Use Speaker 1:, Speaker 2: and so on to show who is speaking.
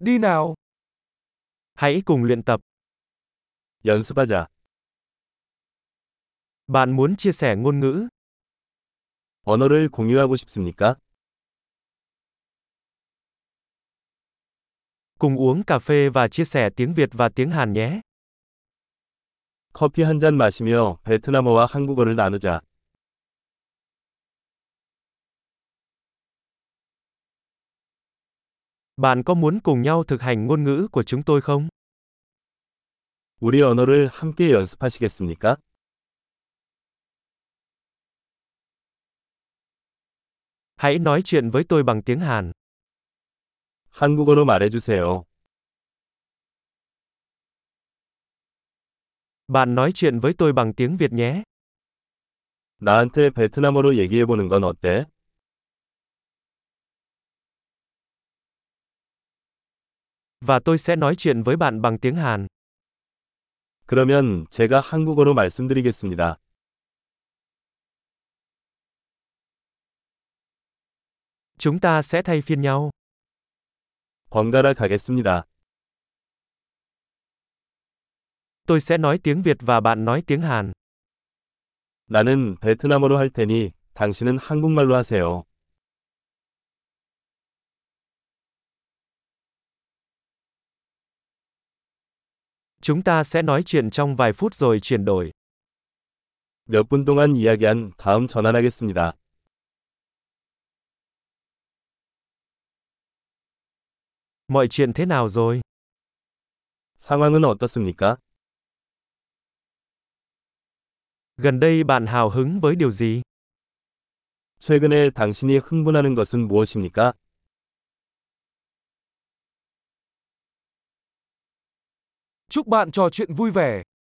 Speaker 1: Đi nào.
Speaker 2: Hãy cùng luyện tập.
Speaker 3: 연습하자.
Speaker 2: Bạn muốn chia sẻ ngôn ngữ,
Speaker 3: 언어를 공유하고 싶습니까?
Speaker 2: cùng uống cà phê và chia sẻ tiếng Việt và tiếng Hàn nhé.
Speaker 3: 커피 한 잔 마시며 베트남어와 한국어를 나누자.
Speaker 2: Bạn có muốn cùng nhau thực hành ngôn ngữ của chúng tôi không?
Speaker 3: 우리 언어를 함께 연습하시겠습니까?
Speaker 2: Hãy nói chuyện với tôi bằng tiếng Hàn.
Speaker 3: 한국어로 말해주세요.
Speaker 2: Bạn nói chuyện với tôi bằng tiếng Việt nhé.
Speaker 3: 나한테 베트남어로 얘기해보는 건 어때?
Speaker 2: Và tôi sẽ nói chuyện với bạn bằng tiếng Hàn.
Speaker 3: 그러면 제가 한국어로 말씀드리겠습니다.
Speaker 2: Chúng ta sẽ thay phiên nhau.
Speaker 3: 번갈아 가겠습니다.
Speaker 2: Tôi sẽ nói tiếng Việt và bạn nói tiếng Hàn.
Speaker 3: 나는 베트남어로 할 테니 당신은 한국말로 하세요.
Speaker 2: Chúng ta sẽ nói chuyện trong vài phút rồi chuyển đổi.
Speaker 3: 몇 분 동안 이야기한 다음 전환하겠습니다.
Speaker 2: Mọi chuyện thế nào rồi?
Speaker 3: 상황은 어떻습니까?
Speaker 2: Gần đây bạn hào hứng với điều gì?
Speaker 3: 최근에 당신이 흥분하는 것은 무엇입니까?
Speaker 1: Chúc bạn trò chuyện vui vẻ.